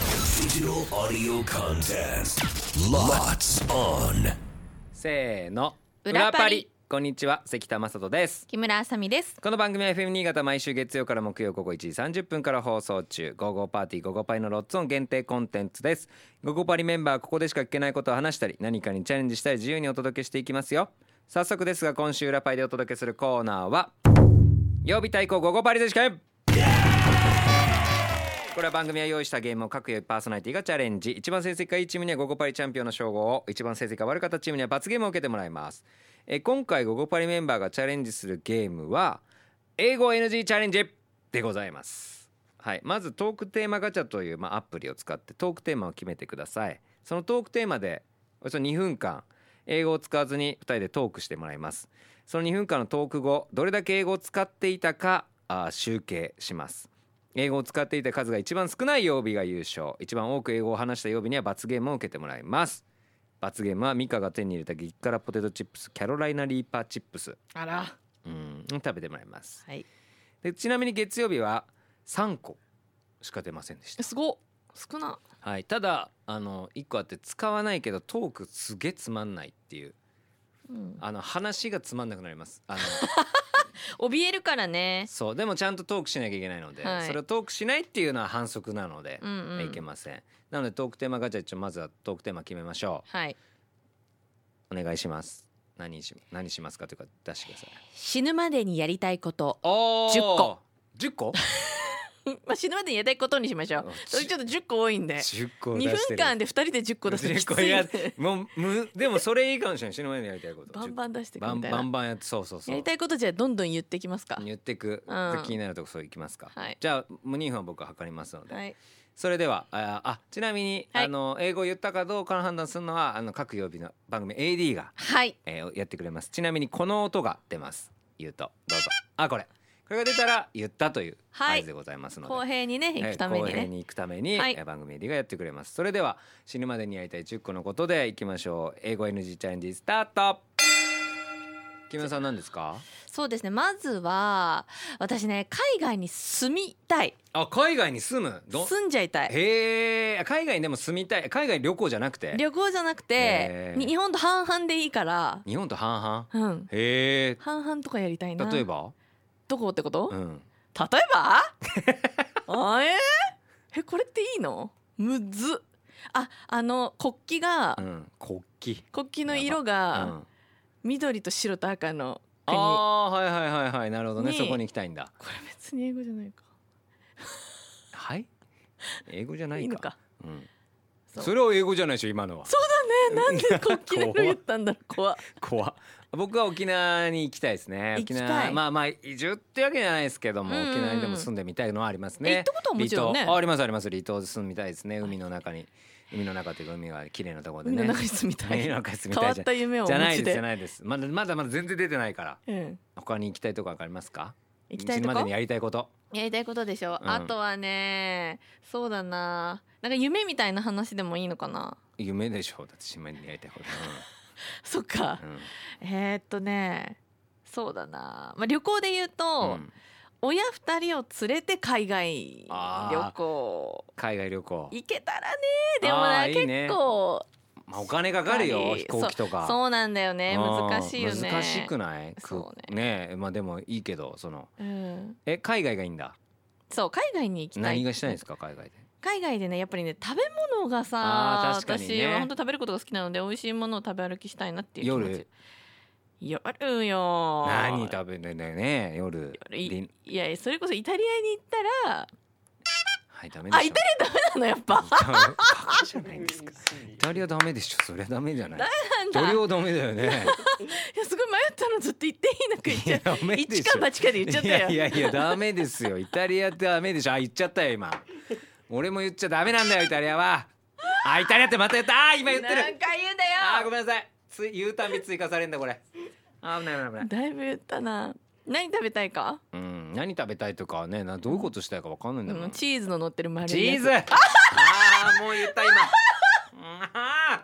Digital audio contest. Lots on. せーの裏パリこんにちは関田正人です木村あさみですこの番組は FM 新潟毎週月曜から木曜午後1時30分から放送中「午後パーティー午後パイ」のロッツオン限定コンテンツです午後パリメンバーはここでしか聞けないことを話したり何かにチャレンジしたり自由にお届けしていきますよ早速ですが今週裏パイでお届けするコーナーは曜日対抗午後パリ選手権これは番組が用意したゲームを各パーソナリティがチャレンジ一番成績がいいチームにはゴゴパリチャンピオンの称号を一番成績が悪かったチームには罰ゲームを受けてもらいますえー今回ゴゴパリメンバーがチャレンジするゲームは英語 NG チャレンジでございますはいまずトークテーマガチャという、まあ、アプリを使ってトークテーマを決めてくださいそのトークテーマでおよそ2分間英語を使わずに2人でトークしてもらいますその2分間のトーク後どれだけ英語を使っていたかあー集計します英語を使っていた数が一番少ない曜日が優勝一番多く英語を話した曜日には罰ゲームを受けてもらいます罰ゲームはミカが手に入れた激辛ポテトチップスキャロライナリーパーチップスあらうん食べてもらいますはいでちなみに月曜日は3個しか出ませんでしたすごっ少な はい、ただあの1個あって使わないけどトークすげえつまんないっていううんあの話がつまんなくなります あの怯えるからねそうでもちゃんとトークしなきゃいけないので、はいそれをトークしないっていうのは反則なのでう、んうんいけませんなのでトークテーマガチャ一応まずはトークテーマ決めましょはいうお願いします何にし何しますかというか出してください死ぬまでにやりたいことおー10個10個 まあ死ぬまでにやりたいことにしましょうそれちょっと10個多いんで10個出2して分る間で2人で10個出すのき10つ個いやんでもうむでもそれいいかもしれない死ぬ前にやりたいこと バンバン出して10くみたいバなンバンやってそうそうそうやりたいことじゃあどんどん言ってきますか言ってく、うん気になるとこそういきますか、はいじゃあもう2分は僕は測りますので、はいそれではああちなみに、はいあの英語を言ったかどうかの判断するのはあの各曜日の番組 AD が、はいえーやってくれますちなみにこの音が出ます言うとどうぞあこれこれが出たら言ったというはい合図でございますので、公平にねえー行くために公平ねに行くために、はいえー番組 AD がやってくれますそれでは死ぬまでにやりたい10個のことでいきましょう英語 NG チャレンジスタート木村さん何ですかそうですねまずは私ね海外に住みたいあ海外に住むどん住んじゃいたいへえ海外にでも住みたい海外旅行じゃなくて旅行じゃなくてへーに日本と半々でいいから日本と半々うんへ半々とかやりたいなえ例えばどこってこと、う例えんばあえーえこれっていいのむずっああの国旗が、うん国旗国旗の色がうん緑と白と赤のあ国、こあはいはいはいはいなるほどねにそこに行きたいんだれ別に英語じゃないかはい英語じゃないいいのかかうんそうそれは英語じゃないでしょ今のはえなんで国旗の色言ったんだろう怖っ怖っ僕は沖縄に行きたいですね行き沖たい縄まあまあ移住ってわけじゃないですけどもうんうん沖縄にでも住んでみたいのはありますえ行っねたことはも離ちろ島んねあありますあります離島で住みたいですね海の中に海の中というか海が綺麗なところで海のね中に住みたい海の変中に住みたわいっじゃんた夢をおじゃな持いでちすじでゃないですまだまだまだ全然出てないからうん他に行きたいとこわありますか行きたい死ぬまとでこにやりたいことやりたいことでしょ、うんあとはねそうだななんか夢みたいな話でもいいのかな夢でしょうだって死ぬまでにやりたいこと、そっか、うんうんえー、っとねそうだな、まあ、旅行で言うと、うん親二人を連れて海外あー旅行海外旅行、行けたらねでもなあーいいね結構まあ、お金かかるやっよぱり飛行機とかそうなんだよねうん難しいよね難しくないくそうねえまあでもいいけどそのうん、え海外がいいんだそう海外に行きたい何がしたいんですか海外で海外でねやっぱりね食べ物があさー確かにね私は本当食べることが好きなので美味しいものを食べ歩きしたいなっていう気持ち夜夜夜よ何食べるんだよね夜いリンいやそれこそイタリアに行ったらはいダメであしょイタリアダメなの やっぱバカじゃないですかイタリアダメでしょそれダメじゃないなんそだれはダメだよねいやすごい迷ったのずっと言っていいのか言っちゃダうメで一しかょ八かで言っちゃったよいやいやいやダメですよイタリアダメでしょあ言っちゃったよ今俺も言っちゃダメなんだよイタリアはあイタリアってまた言ったあー今言って何回る言うあーごだめよんなさいつい言うたび追加されんだこれあー危ない危ない危ないだいぶ言ったな何食べたいか、うん何食べたいとかはねなどういうことしたいかわかんないんだもん、うんチーズの乗ってる丸いチやーつズああもう言った今あ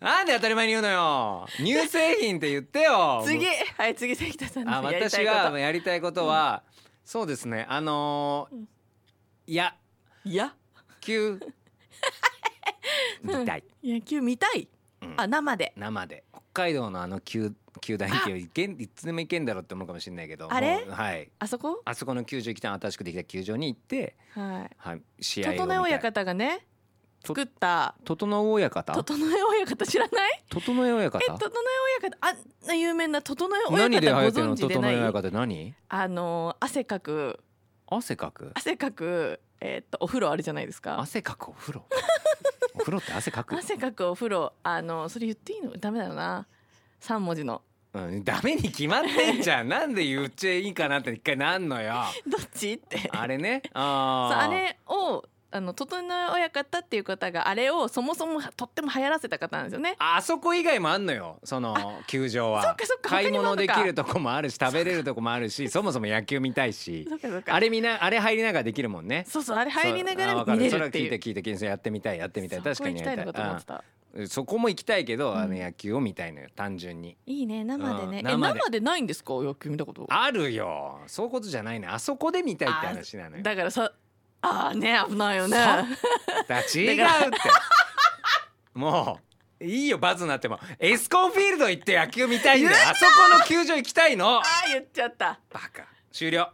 ーなんで当たり前に言うのよ乳製品って言ってよ次はい次関田さんあのやりた私いこがとやりたいことは、そうですねあのーいや いや急見たい 野球見たい、うんあ生で生で北海道のあの球球団球いけんいつでも行けんだろうって思うかもしれないけどあれもうはいあそこあそこの球場行きたい新しくできた球場に行って、はいはい、試合を見整えた親い方がねと作った整え親方整え親方知らない整え親え整方え親方あんな有名な整え親何で流行方っごてる存の知で整なえ親い方って何あの汗かく汗かく汗かくえーっとお風呂あるじゃないですか汗かくお風呂 お風呂って汗かく、汗かくお風呂あのそれ言っていいのダメだよな三文字のうん、ダメに決まってんじゃんなんで言っちゃいいかなって一回なんのよどっちってあれねそうあーあれをあの整え親方っていう方があれをそもそもとっても流行らせた方なんですよねあそこ以外もあんのよその球場はそっかそっか買い他にもあ物んのでかきるとこもあるし食べれるとこもある しそもそも野球見たいしそうかそうかあれ見なあれ入りながらできるもんねそうそうあれ入りながそうあらわか見れそるはって聞いいうて聞いて聞いてやってみたいやってみたい確そかこに行やきたいりのかとたい思ってたうんそこも行きたいけど、あのうん野球を見たいのよ単純にいいね生でね、うんえ生で生でないんですか野球見たことあるよそういうことじゃないねあそこで見たいって話なのよだからさああね危ないよねさだ違だうって もういいよバズになってもエスコンフィールド行って野球見たいんだよあそこの球場行きたいのああ言っちゃったバカ終了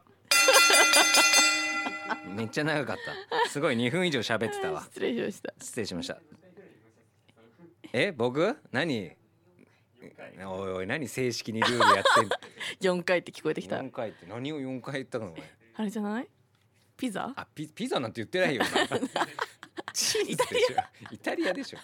めっちゃ長かったすごい2分以上喋ってたわ失礼しました失礼しましたえ僕何おいおい何正式にルールやってん の四回って聞こえてきた4回って何を4回言ったのお前あれじゃないピザあピピザなんて言って ないよ今チーズでしょイタリアでしょ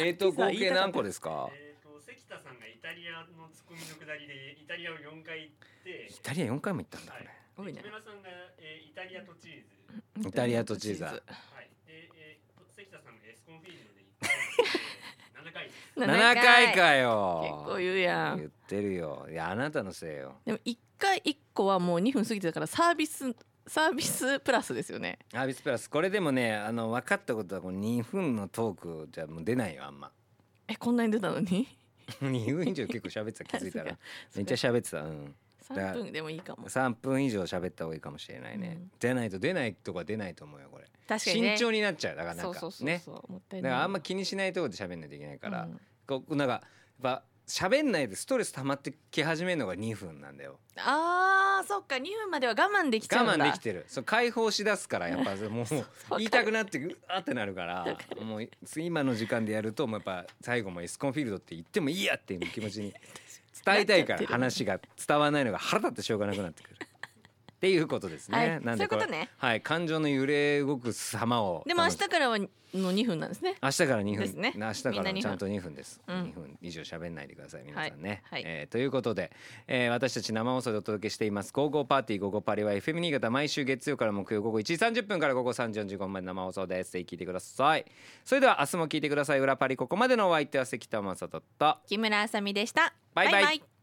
えっ、とピザ合計何個ですかえー、と関田さんがイタリアのツッコミのくだりでイタリアを4回言ってイ、タリア4回も行ったんだこれ多はいい、ね木村さんが、えーイタリアとチーズ、イタリアとチーズだはいでえーと関田さんがエスコンフィールドで1回言って、7回です。 7回かよ結構言うや言んってるよいやあなたのせいよでも一回一個はもう二分過ぎてたからサービスサービスプラスですよねアービスプラスこれでもねあの分かったことはこの2分のトークじゃもう出ないよあんま えこんなに出たのに2分以上結構喋ってた気づいたらそう かめっちゃ喋ってたうん三分でもいいかも3分以上喋った方がいいかもしれないね、うんじゃないと出ないとか出ないと思うよこれ、確かにね慎重になっちゃうだからなんかそうそうそうそう、ねもっただいかないらあんま気にしないところで喋んないといけないから、うんこうなんかやっぱ喋んないでストレス溜まってき始めるのが2分なんだよあーそっか二分までは我慢できちゃうんだ我慢できてるそう解放しだすから やっぱもう言いたくなってうわってなるからもう今の時間でやるともうやっぱ最後もエスコンフィールドって言ってもいいやっていう気持ち に伝えたいかなっちゃってらる話が伝わらないのが腹立ってしょうがなくなってくる。っていうことですね。はいなんでそういうことれねはい、感情の揺れ動く様を。でも明楽日しからはの2分なんですね明日から2分ですね明日かみんらな2分ちゃんと2分です、うん2分以上喋んないでください皆さんね、はいはいえーということで、えー私たち生放送でお届けしています「GoGo パーティー GoGo パリ」は FM 新潟毎週月曜から木曜午後1時30分から午後3時45分まで生放送ですぜひ聞いてくださいそれでは明日も聞いてください裏パリここまでのお相手は関田正人と木村あさみでしたバイバイバイバイ